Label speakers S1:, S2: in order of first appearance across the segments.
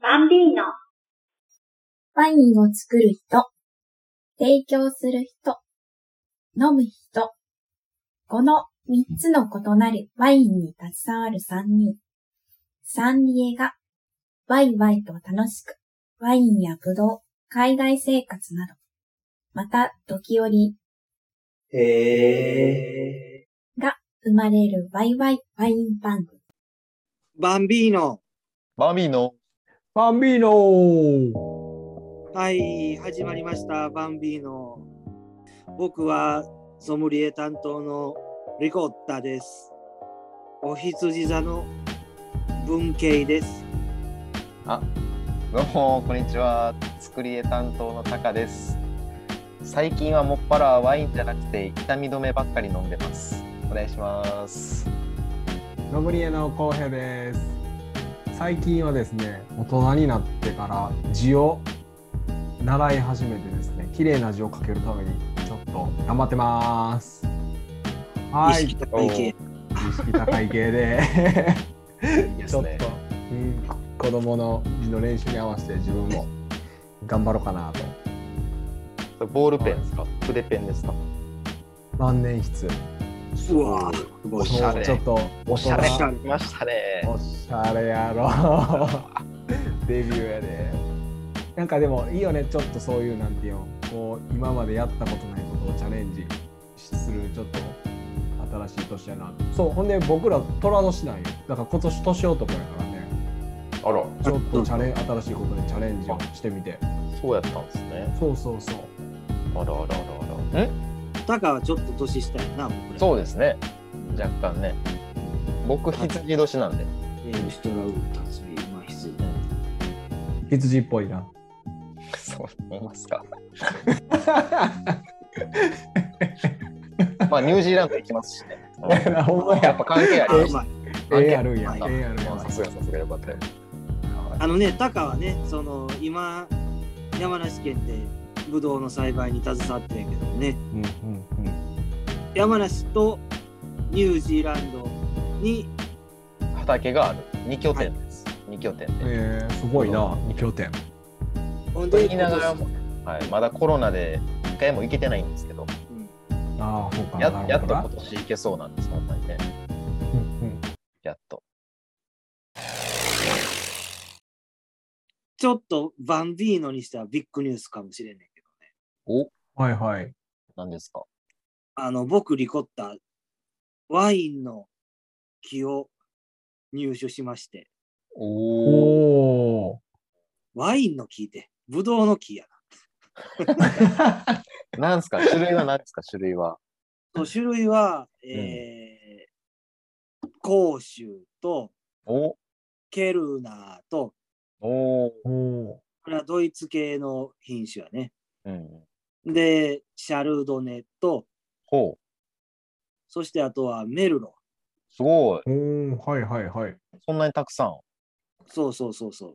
S1: バンビーノ、
S2: ワインを作る人、提供する人、飲む人。この三つの異なるワインに携わる三人。サンリエが、ワイワイと楽しく、ワインやブドウ、海外生活など、また時折
S3: へえ。
S2: 生まれるワイワイワイン番組。
S4: バンビーノ。
S5: バーミーの
S3: バンビーノー。
S4: はい、始まりました、バンビーノ。僕はソムリエ担当のリコッタです。お羊座の文系です。
S5: どうもこんにちは作り絵担当のタカです最近はもっぱらワインじゃなくて痛み止めばっかり飲んでますお願いします
S3: ソムリエのコウヘイです。最近はですね、大人になってから字を習い始めてですね、綺麗な字を書けるためにちょっと頑張ってます。はい。
S4: 意識高い系
S3: 意識高い系で。
S5: いいで
S3: ち
S5: す
S3: ょっと
S5: ね、
S3: うん、子供の字の練習に合わせて自分も頑張ろうかなと。
S5: ボールペンですか筆ペンですか
S3: 万年筆。
S4: うわぁ、
S5: おしゃれ
S3: ちょっと
S5: おしゃれ
S3: 大人
S5: きましたね
S3: おしゃれやろ デビューやでなんかでもいいよねちょっとそういうなんていうのこう今までやったことないことをチャレンジするちょっと新しい年やなそうほんで僕ら虎年なんよだから今年年男やからね
S5: あら
S3: ちょっとチャレン新しいことにチャレンジをしてみて
S5: そうやったんですね
S3: そうそうそう
S5: あらあらあらあらん
S4: タカはちょっと年下やな、僕ら。
S5: そう
S4: で
S5: ですね若干ね僕羊年なんで、
S4: す。ウシトラウタツミウマヒズ
S3: 羊っぽ いな
S5: そう思いますかまあニュージーランド行きます しね
S3: ほんま
S5: やっ
S3: や
S5: ぱ関係あ
S4: あ
S5: りま
S4: う
S5: す
S4: まい
S3: ええやるんや
S4: はい
S3: ええやるんや
S5: あさすがさすがよかったよ
S4: あのね、タカはね、その今、山梨県でブドウの栽培に携わってるけどね、
S3: うんうんうん
S4: 山梨とニュージーランドに
S5: 畑がある二拠点です、二拠点で、
S3: えー、すごいな二拠点
S4: ほん
S5: と言いながらも、はい、まだコロナで一回も行けてないんですけど
S3: ああそうかな
S5: や
S3: る
S5: やっ
S3: ほ
S5: と
S3: どな
S5: 今年行けそうなんですほんまにね
S3: うんうん
S5: やっと
S4: ちょっとバンビーノにしてはビッグニュースかもしれないけどね。
S5: お
S3: はいはい。
S5: 何ですか
S4: あの、僕、リコッタ、ワインの木を入手しまして、
S5: おお
S3: おお。
S4: ワインの木で、ブドウの木や
S5: なんすか種類は何ですか種類は
S4: な。と種類は、えー甲州と
S5: お
S4: ケルナーと、
S5: おー
S3: おお。
S4: これはドイツ系の品種やね。
S5: うん
S4: で、シャルドネと、
S5: ほう
S4: そしてあとはメルロ。
S5: すごい
S3: おお、はいはいはい。
S5: そんなにたくさん
S4: そうそうそうそう。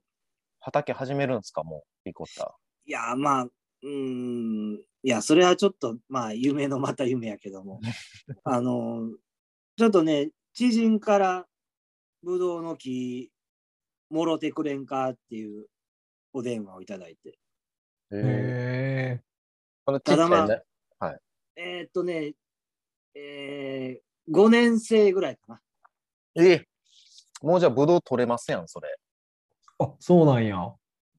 S5: 畑始めるんですかもうリコッタ
S4: いや、まあ、うーん、いや、それはちょっと、まあ、夢のまた夢やけど も、あの、ちょっとね、知人から、ブドウの木、もろてくれんかっていうお電話をいただいて。
S5: へえ
S3: へえ。
S5: このちっちゃい
S4: ただま
S5: ね
S4: えーっとね、えー、5年生ぐらいかな。
S5: えもうじゃあブドウ取れますやんそれ
S3: あ、そうなんや。
S4: ま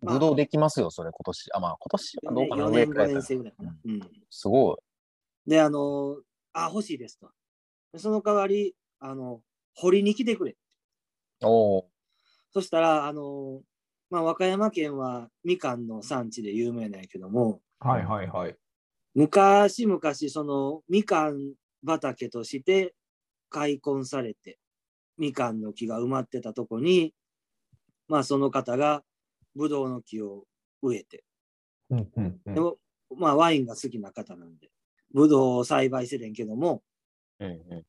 S4: あ
S5: ブドウできますよそれ今年あまあ今年はどうかな
S4: 4
S5: 上
S4: 年、
S5: くら
S4: 5年
S5: いかな
S4: 生ぐらいかな。うん。
S5: すごい
S4: で、あの、あ、欲しいですと。でその代わり、あの、掘りに来てくれ。
S5: おお
S4: そしたら、あのまあ、和歌山県はみかんの産地で有名なんやけども、
S3: はいはいはい。
S4: 昔々、そのみかん畑として開墾されて、みかんの木が埋まってたとこに、まあ、その方がブドウの木を植えて、
S3: うんうんう
S4: でも、まあ、ワインが好きな方なんで、ブドウを栽培せれんけども、
S5: うんうん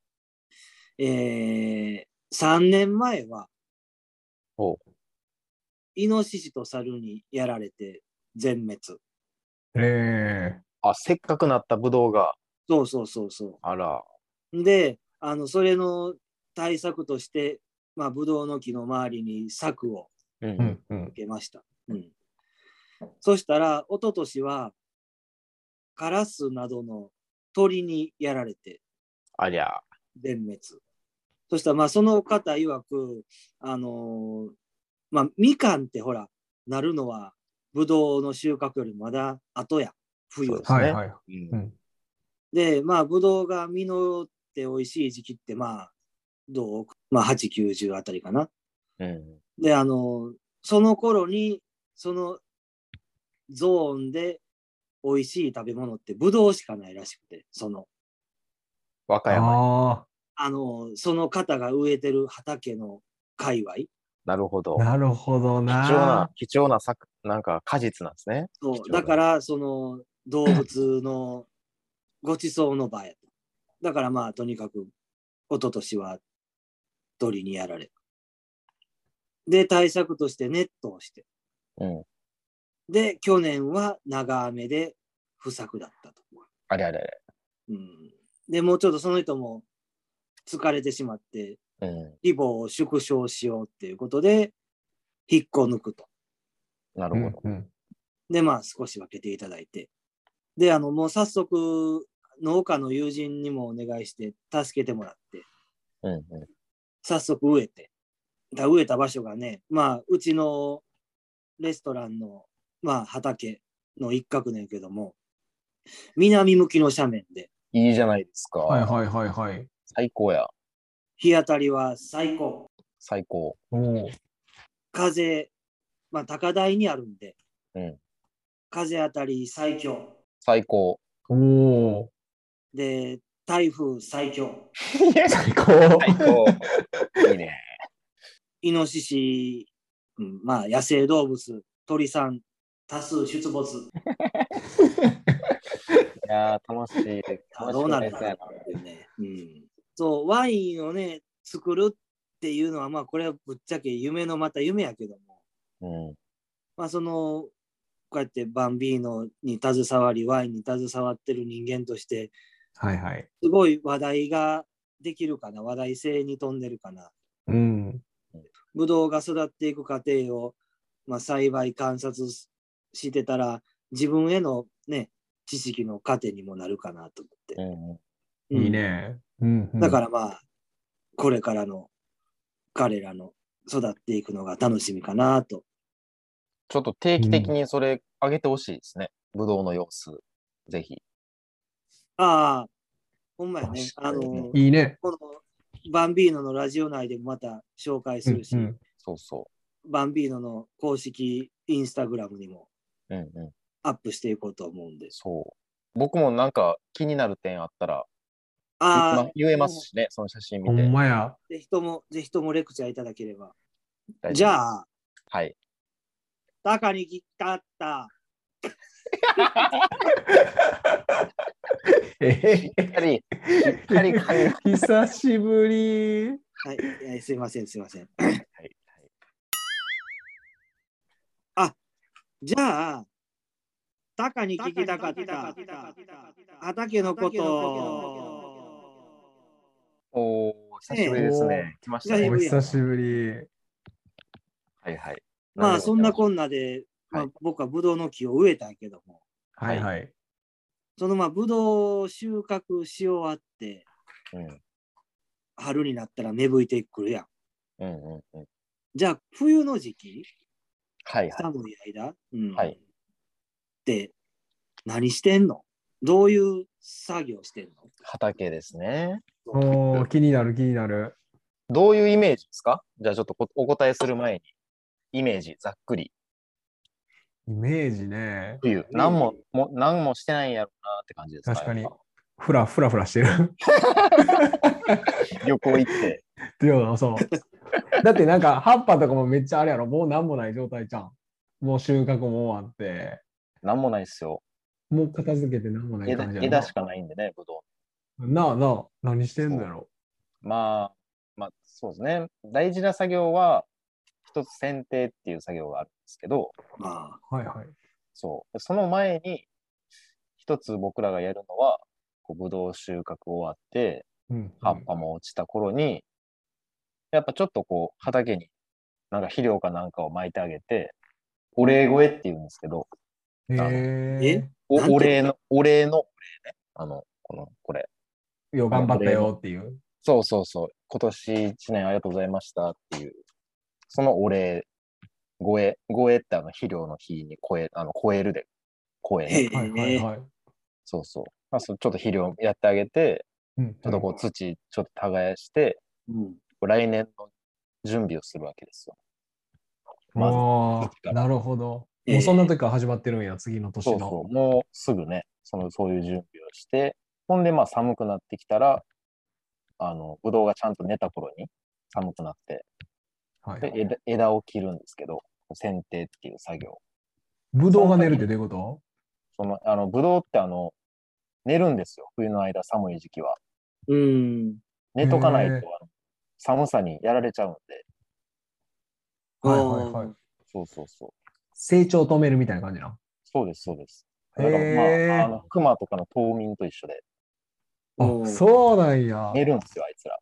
S4: えー、3年前は
S5: ほ、
S4: イノシシと猿にやられて全滅。
S3: ええ。
S5: あせっかくなったブドウが
S4: そうそうそうそ
S5: あら
S4: う。で、あの、それの対策として、まあ、ブドウの木の周りに柵を
S5: うん
S3: うんうん。
S4: けました。うん、そしたら、一昨年は、カラスなどの鳥にやられて、
S5: ありゃ。
S4: 全滅。そしたら、まあ、その方曰く、あのーまあ、みかんってほら、なるのは、ぶどうの収穫よりまだ後や、冬。
S5: そうです
S3: はい
S5: ね
S3: はい。
S5: うん
S3: うん
S4: で、まあ、ぶどうが実って美味しい時期って、まあ、どうまあ、8、90あたりかな。
S5: うん。
S4: で、あの、その頃に、そのゾーンで美味しい食べ物ってブドウしかないらしくて、その、
S5: 和歌山。
S3: あ
S4: あの、その方が植えてる畑の界隈。
S5: なるほど
S3: あ、。なるほ
S5: 貴
S3: ど
S5: 重な
S3: な。、
S5: 貴重な作、なんか果実なんですね。
S4: そう
S5: 貴重
S4: だから、その動物のごちそうの場やと。だからまあ、とにかく、一昨年は鳥にやられ。で、対策としてネットをして。
S5: うん。
S4: で、去年は長雨で不作だったと。
S5: あれあれ
S4: うん、で、もうちょっとその人も疲れてしまって、
S5: あれ。う
S4: 規模を縮小しようっていうことで、引っこ抜くと。
S5: ん。な
S3: う
S5: るほ
S3: ん
S5: ど。
S3: うん
S4: で、まあ少し分けていただいて。で、あの、もう早速、農家の友人にもお願いして、助けてもらって、
S5: うんう
S4: 早速植えて。だ植えた場所がね、まあ、うちのレストランの、まあ、畑の一角なんやけども、南向きの斜面で、
S5: ん。いいじゃないですか。
S3: はいはいはいはい。
S5: 最高や。
S4: 日当たりは最高。
S5: 最高。
S3: おお。
S4: 風、まあ、高台にあるんで、
S5: うん
S4: 風当たり最強。
S5: 最高。
S3: おお。
S4: で、台風最強。
S3: 最高。
S5: 最高。 いいね。
S4: イノシシ、うん、まあ野生動物、鳥さん、多数出没、
S5: いやー、楽しい。楽し
S4: どうなる
S5: か
S4: か
S5: った
S4: な
S5: や
S4: っていうね。うん、そう、ワインをね、作るっていうのは、まあこれはぶっちゃけ夢のまた夢やけども、
S5: なうん。
S4: まあその、こうやってバンビーノに携わり、ワインに携わってる人間として、
S3: はいはい。
S4: すごい話題ができるかな、話題性に富んでるかな。
S3: うん。
S4: ブドウが育っていく過程を、まあ、栽培観察ししてたら自分へのね知識の糧にもなるかなと思って、
S5: うん。
S4: うん
S3: いいね。うんうん
S4: だからまあこれからの彼らの育っていくのが楽しみかなと
S5: ちょっと定期的にそれ上げてほしいですね。ぶどうの様子。ぜひ。
S4: ああほんまやねあ
S5: 確かにね
S4: の
S3: いいね。
S4: このバンビーノのラジオ内でもまた紹介するし、
S3: うん
S5: そうそ
S4: バンビーノの公式インスタグラムにも
S5: う。うんうん。
S4: アップしていこうと思うんです
S5: そう。僕もなんか気になる点あったら、
S4: あ
S5: ま
S4: あ
S5: 言えますしね、その写真
S3: ほ
S5: 見て。
S3: んまや。
S4: ぜひともぜひともレクチャーいただければ
S5: 大丈夫
S4: じゃあ
S5: はい。
S4: タカに切ったった。
S3: え
S5: しっかり、しっかり噛みま
S3: 久しぶり。
S4: はい、えーすいません、すいません。
S5: はい
S4: じゃあ、タカに聞きたかった。畑のこと。
S5: おー、久しぶりです
S3: え
S5: ね。来ました
S4: い
S5: ね
S4: や
S3: お
S4: い。や
S3: 久しぶり。
S5: はいはい。
S4: まあ、そんな
S5: と。
S4: こんなで、まあ
S5: はい、
S4: 僕はブドウの木を植えたけども、
S3: はいはい。
S4: そのまあ、ブドウを収穫し終わって、
S5: うん
S4: 春になったら芽吹いてくるやん。
S5: うんうんうん。
S4: じゃあ、冬の時期、
S5: はいはい。
S4: 寒い間、うん
S5: はい
S4: で、何してんのどういう作業してんの
S5: 畑ですね。
S3: おお、気になる気になる。
S5: どういうイメージですかじゃあちょっとこお答えする前に、イメージ、ざっくり。
S3: イメージね。
S5: 冬。何も、も何もしてないんやろうなって感じですか
S3: 確かに
S5: やっ
S3: ふらふらふらしてる。
S5: ぱ旅行行って。
S3: っていうのそう。だってなんか葉っぱとかもめっちゃあれやろ。もうなんもない状態じゃん。もう収穫も終わって。
S5: 何もないっすよ。
S3: もう片付けてなんもない
S5: 枝
S3: 感じやろ
S5: 枝しかないんでね、ぶど
S3: なあなあ、何してんのやろ。
S5: う。まあ、まあ、そうですね。大事な作業は、一つ剪定っていう作業があるんですけど、
S4: まあ、
S3: はいはい。
S5: そう。その前に、一つ僕らがやるのは、こうぶどう収穫終わって、
S3: うん、
S5: 葉っぱも落ちた頃に、やっぱちょっとこう、畑に、なんか肥料かなんかを巻いてあげて、お礼声って言うんですけど、
S3: へえ
S4: え
S5: お
S4: なんて
S5: お礼の、お礼の、お礼ね。あの、この、これ。
S3: よう頑張ったよっていう。
S5: そうそうそう。今年一年ありがとうございましたっていう、そのお礼、声、声ってあの、肥料の日に声、あの、超えるで、声、
S4: へ
S5: ね。
S3: はいはいはい。
S5: そうそう。まあ、そうちょっと肥料やってあげて、
S3: うん
S5: ちょっとこう土、ちょっと耕して、
S4: うん
S5: 来年の準備をするわけですよ。まず
S3: あ
S5: 土
S3: あ、
S5: から
S3: なるほど。
S4: ええ
S3: もうそんな時から始まってるんや、次の年
S5: そう
S3: の。
S5: そう、もうすぐね、そのそういう準備をして、ほんで、まあ寒くなってきたら、あの、ぶどうがちゃんと寝た頃に寒くなって、
S3: はい
S5: で枝枝を切るんですけど、剪定っていう作業。
S3: ぶどうが寝るってどういうこと
S5: その、あの、ぶどうってあの、寝るんですよ、冬の間、寒い時期は。
S4: うん。
S5: 寝とかないと
S3: へー、
S5: あの寒さにやられちゃうんで、
S3: はいはいはい
S4: あー。
S5: そうそうそう。
S3: 成長を止めるみたいな感じな。
S5: そうです、そうです。
S3: へ
S5: だからま
S3: ー
S5: あ、あの、熊とかの冬眠と一緒で、
S4: お
S3: あ
S4: ー
S3: そうなんや。
S5: 寝るんですよ、あいつら。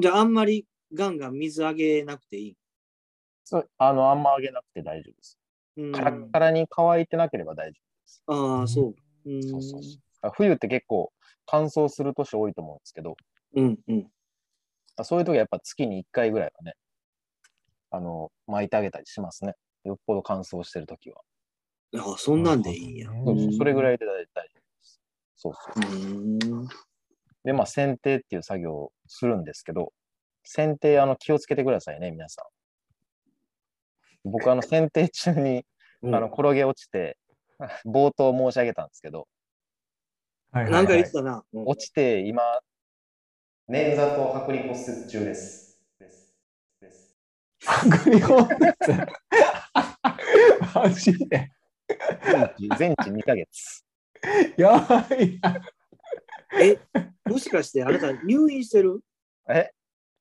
S4: じゃあ、あんまりガンガン水あげなくていい。
S5: そうあの、あんまあげなくて大丈夫です。
S4: うん、
S5: カラッカラに乾いてなければ大丈夫。
S4: ああ、そう。うん。
S5: そうそうそうだから冬って結構乾燥する年多いと思うんですけど、
S4: うんうん。
S5: まあそういう時はやっぱ月に1回ぐらいはね、あの、巻いてあげたりしますね。よっぽど乾燥してる時は。
S4: ああ、そんなんでいいんや。
S3: なる
S5: そ
S3: ほ
S5: う
S3: ど
S5: そう
S3: ね
S5: それぐらいで大体。そうそう
S4: う。ん。
S5: で、まあ、剪定っていう作業をするんですけど、剪定、あの、気をつけてくださいね、皆さん。僕、あの、剪定中に、あの、転げ落ちて、 冒頭申し上げたんですけど、
S3: はいはいは
S4: ないんか 言ってたな。うん
S5: 落ちて今、捻挫と剥離骨折中です。ですです
S3: 剥離骨折マジで。
S5: 全治2ヶ月。
S3: やばいな。
S4: え、もしかしてあなた入院してる
S5: え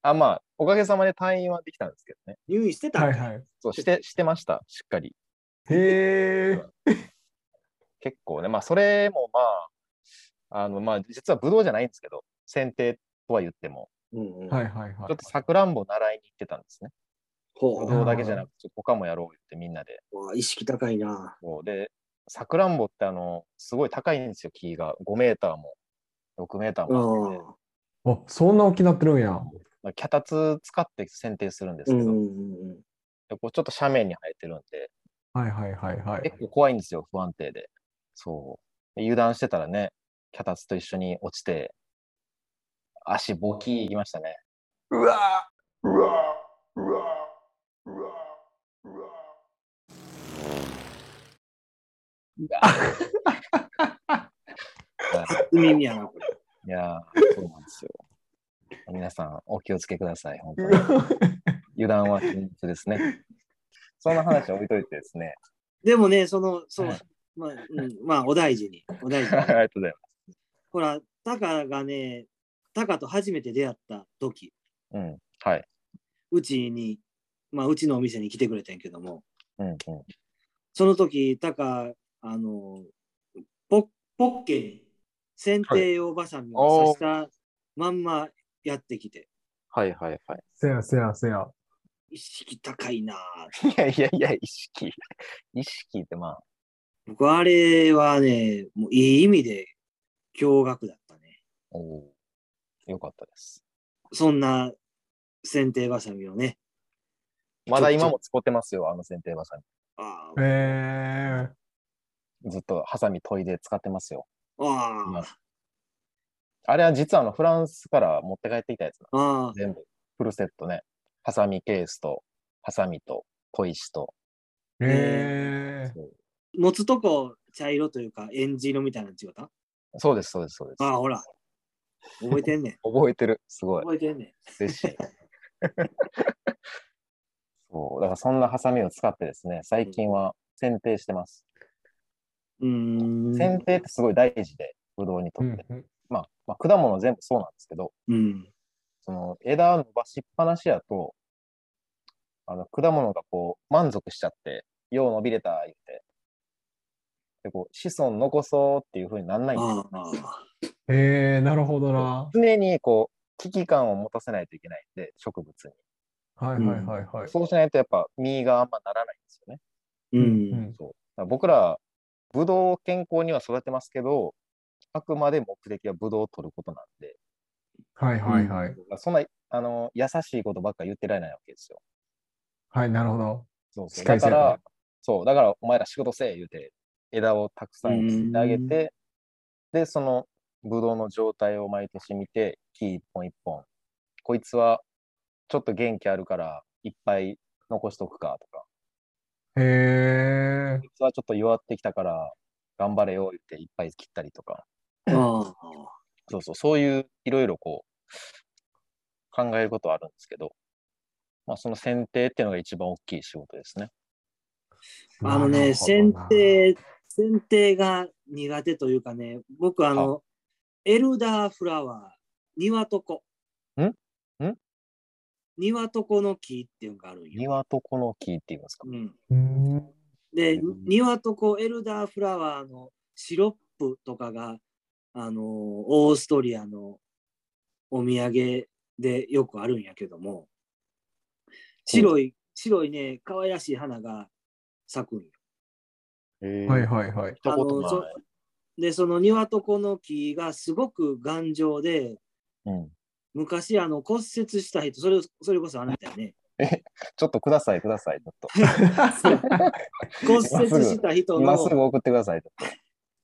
S5: あ、まあ、おかげさまで退院はできたんですけどね。
S4: 入院してた、
S3: はいはい。
S5: そう、して、してました、しっかり。
S3: へえ。
S5: 結構ね、まあ、それもまあ、あの、まあ、実はブドウじゃないんですけど、剪定とは言っても、
S4: うんうん
S3: はいはいは
S5: ちょっとさくらんぼ習いに行ってたんですね。
S4: ほ
S5: ブ
S4: う
S5: ドウだけじゃなくて、他もやろうってみんなで。
S4: うわ意識高いな。
S5: そうで、さくらんぼってあの、すごい高いんですよ、木が。5メーターも、6メーター
S4: う
S5: も。
S4: ん。
S3: い。あそんな大きなってるんや。
S5: まあ、脚立使って剪定するんです
S4: う
S5: け
S4: ん
S5: ど、
S4: うんうん。
S5: でこうちょっと斜面に生えてるんで、
S3: はいはいはいはい
S5: 結。構怖いんですよ、不安定で。そう。で油断してたらね、脚立と一緒に落ちて、足ボキーいきましたね。
S3: うわうわうわ
S5: はい
S4: 初耳やな、これ。
S5: いやー、そうなんですよ。皆さん、お気をつけください、本当に。油断は禁物ですね。そんな話は置いといてですね。
S4: でもね、その、そう、
S5: はい
S4: まあ、うん、まあ、お大事に。お大事
S5: あり
S4: に
S5: が。とうござい
S4: ほら、タカがね、タカと初めて出会った時、
S5: ます。うん。はい。
S4: うちに、まあ、うちのお店に来てくれてんけども、
S5: うんうん。
S4: その時、タカ、あの、ポポッケに剪定用バサミを刺したまんまやってきて、
S5: はいはいはい。
S3: せやせやせや。
S4: 意識高いなぁ。
S5: いやいやいや、意識。意識ってまあ、
S4: 僕、あれはね、もういい意味で驚愕だったね。
S5: おおよかったです。
S4: そんな剪定バサミをね、
S5: まだ今も使ってますよ、あの剪定場所
S4: あー
S3: へえ。
S5: に。ずっとハサミ研いで使ってますよ。
S4: あー、
S5: あれは実はあのフランスから持って帰ってきたやつな
S4: あー
S5: の。全部。フルセットね。ハサミケースと、ハサミと、小石と。
S3: へえ。
S5: そう
S4: 持つとこ茶色というか、エンジ色みたいなの違った
S5: そうです、そうです、そうです。
S4: ああ、ほら。覚えてんねん。
S5: 覚えてる。すごい。
S4: 覚えてんねん。
S5: 嬉しい。 そう。だからそんなハサミを使ってですね、最近は剪定してます。
S4: うー
S5: 剪
S4: ん。
S5: 定ってすごい大事で、ブドウにと
S3: う
S5: っ
S3: ん
S5: て。まあ、まあ、果物全部そうなんですけど、
S4: うん。
S5: その枝伸ばしっぱなしやと、あの果物がこう満足しちゃって、よう伸びれた、言って。で、こう、子孫残そうっていう風になんないんです
S4: あ
S5: よ。
S4: あ。
S3: へえ、なるほどな。
S5: 常にこう、危機感を持たせないといけないんで、植物に。
S3: はいはいはいはい。
S5: そうしないとやっぱ実があんまならないんですよね。
S4: う。
S3: うんん
S5: そうだから僕ら、ブドウを健康には育てますけど、あくまで目的はブドウを取ることなんで、
S3: はいはいはい。
S5: まあそんなあの優しいことばっか言ってられないわけですよ。
S3: はい、なるほど。
S5: そうそう
S3: しっか
S5: だ
S3: りせ
S5: か
S3: よね
S5: ら、そう、だからお前ら仕事せえ言うて、枝をたくさん切ってあげて、で、そのブドウの状態を毎年見て、木一本一本、こいつはちょっと元気あるから、いっぱい残しとくかとか、
S3: へえ
S5: こ。いつはちょっと弱ってきたから、頑張れよ言っていっぱい切ったりとか、
S4: あ
S5: そうそう、そういういろいろこう、考えることはあるんですけど、まあその剪定っていうのが一番大きい仕事ですね。
S4: ああのね、剪定、剪定が苦手というかね、僕あの、エルダーフラワー、庭とこ。
S5: んん
S4: 庭とこの木っていうのがあるんよ。
S5: 庭とこの木っていうんですか。
S4: うん、
S3: うん。
S4: で、
S5: うん
S4: 庭とこエルダーフラワーのシロップとかが、あの、オーストリアのお土産でよくあるんやけども、白い、白いね、可愛らしい花が咲くんよ。
S3: はいはいはい。
S5: 見たことない
S4: あのそで、その庭とこの木がすごく頑丈で、
S5: うん、
S4: 昔あの骨折した人、それそれこそあなたや ね。
S5: ちょっとください、ください、ち ょっと。
S4: 骨折した人
S5: 今
S4: の
S5: すぐ送ってください、ちょっ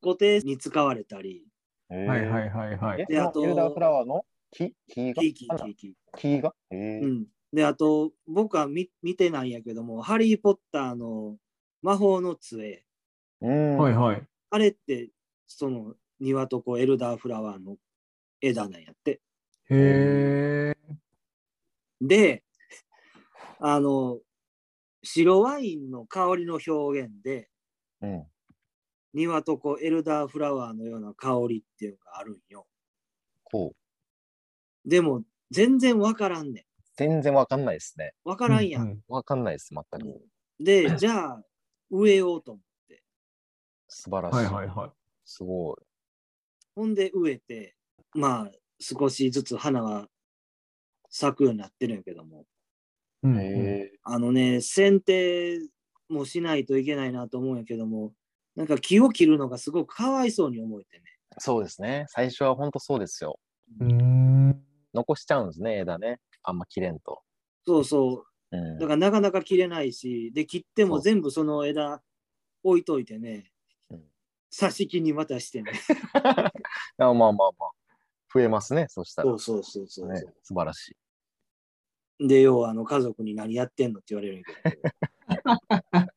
S4: 固定に使われたり、
S5: と。。
S3: はいはいいはいはい
S5: え。
S4: であ
S5: そ
S4: と
S5: のエルダーフラワーの木木が
S4: キーキー
S5: 花
S4: キーキ
S5: 木がへ
S4: ー。
S5: え
S4: うん。で、あと、僕は見見てないんやけども、ハリー・ポッターの魔法の杖、
S5: うん。
S3: はいはい。
S4: あれって、その庭とこエルダーフラワーの枝なんやって。
S3: へえ。
S4: で、あの、白ワインの香りの表現で、
S5: うん
S4: 庭とこエルダーフラワーのような香りっていうのがあるんよ。
S5: こう。
S4: でも、全然わからんね
S5: 全然わかんないですね。
S4: ん。わからんやん。
S3: うん
S5: わかんないです、全く。
S4: で、じゃあ、植えようと思う。
S5: 素晴ら
S3: うん
S5: しい。
S3: はいはいはい。
S5: すごい。
S4: ほんで植えて、まあ、少しずつ花は咲くようになってるんやけども、
S3: う
S5: へ
S3: んうん
S5: え
S4: あのね、剪定もしないといけないなと思うんやけども、なんか木を切るのがすごくかわいそうに思えてね。
S5: そうですね。最初は本当そうですよ。
S3: うーん。
S5: 残しちゃうんですね、枝ね。あんま切れんと。
S4: そうそうう。
S5: ん
S4: だからなかなか切れないし、で、切っても全部その枝置いといてね
S5: うん、
S4: 挿し木にまたしてね。
S5: あまあまあまあ。増えますね、そしたら。
S4: そ
S5: ね
S4: うそうそうそう。
S5: 素晴らしい。
S4: で、要はあの家族に何やってんのって言われるんやけど。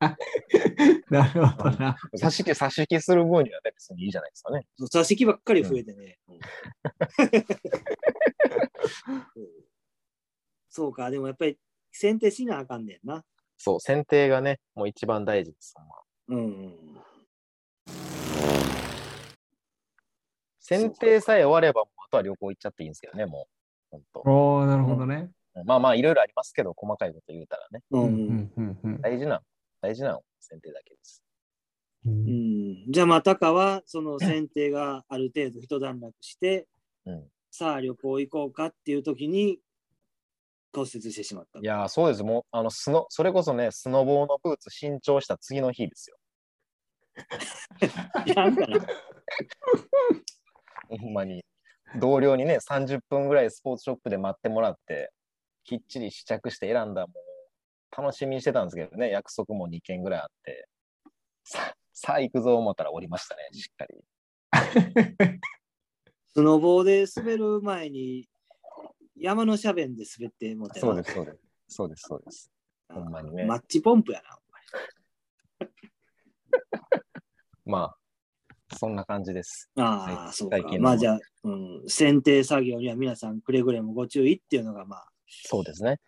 S3: なるほどな。
S5: 差し木、差し木する分にはね、別にいいじゃないですかね。
S4: そう座席ばっかり増えてね。うんそう そうか、でもやっぱり選定しなあかんねんな。
S5: そう、剪定がね、もう一番大事です。ほんま
S4: うんうん。
S5: 剪定さえ終われば、もうあとは旅行行っちゃっていいんですけどね、もう。本
S3: おおなるほどね。
S5: 当まあまあ、いろいろありますけど、細かいこと言うたらね、
S4: う
S3: うんんうんうん
S5: 大事な、大事なの、剪定だけです。
S3: う。
S4: うんん、じゃあまあタカはその選定がある程度一段落して、
S5: うん
S4: さあ旅行行こうかっていう時に骨折してしまった
S5: い。やー、そうです。もう、あの、スノ、それこそね、スノボーのブーツ新調した次の日ですよ。
S4: やんから
S5: ほんまに。同僚にね、30分ぐらいスポーツショップで待ってもらって、きっちり試着して選んだ、もう、楽しみにしてたんですけどね、約束も2件ぐらいあって、さ、さあ行くぞ思ったら降りましたね、しっかり。
S4: スノボーで滑る前に山の斜面で滑ってもうたよ
S5: そうです、そうです。そうです、そうです。
S4: あ
S5: ほんまにね
S4: マッチポンプやな。
S5: まあ、そんな感じです。
S4: あ
S5: は
S4: あ、
S5: い
S4: そうか
S5: 最近。の
S4: まあじゃあ、うん、選定作業には皆さんくれぐれもご注意っていうのが、まあ、
S5: そうですね。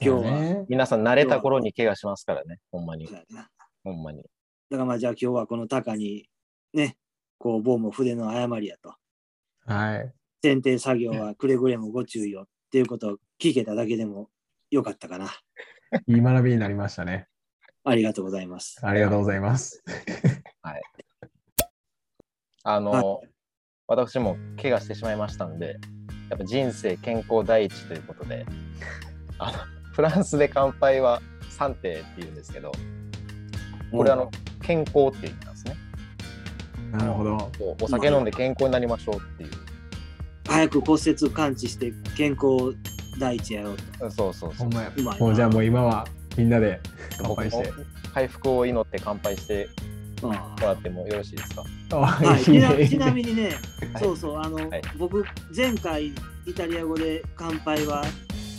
S4: 今
S3: 今
S4: 日
S3: 日
S4: は
S3: は。
S5: 皆さん慣れた頃に怪我しますからね。ほんまに
S4: そう。やな
S5: ほんまに。
S4: だからまあじゃあ今日はこの高に、ね、こう、棒も筆の誤りやと。
S3: はい。
S4: 選定作業はくれぐれもご注意をっていうことを聞けただけでもよかったかな。
S3: いい学びになりましたね。
S4: ありがとうございます。
S3: ありがとうございます。
S5: あの、
S4: は
S5: 私も怪我してしまいましたんで、やっぱ人生健康第一ということ で、あの、フランスで乾杯は3手って言うんですけど、これあの、健康っていう意味なんですね。
S3: なるほど。
S5: こうお酒飲んで健康になりましょうっていう。
S4: 早く骨折完治して健康第一やろうと。
S5: うんそうそう
S3: ほ。
S5: そうん
S3: まや
S4: う。まいな
S3: もうじゃあもう今はみんなで乾杯して
S5: 僕。も回復を祈って乾杯して
S4: うん
S5: もらってもよろしいですか
S3: あ
S4: はいい、ち
S3: い
S4: な
S3: ね
S4: ちなみにね、
S5: はい
S4: そうそう、あの、
S5: はい
S4: 僕、前回、イタリア語で乾杯は、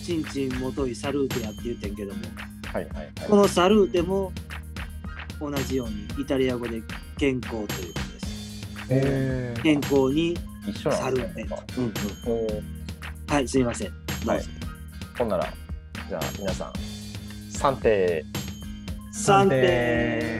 S4: チンチンもといサルーテやって言ってんけども、
S5: はいはいはい。
S4: このサルーテも同じように、イタリア語で健康ということです。
S3: えー
S4: 健康に
S5: 一緒な
S4: サ
S5: ん
S4: ル
S5: で
S4: ー
S5: す
S4: テ。
S5: ね。
S4: うんうん、
S5: おー
S4: はい、すみません。どう
S5: はい
S4: ぞ。
S5: ほんなら、じゃあ皆さん、三定。
S4: 三点。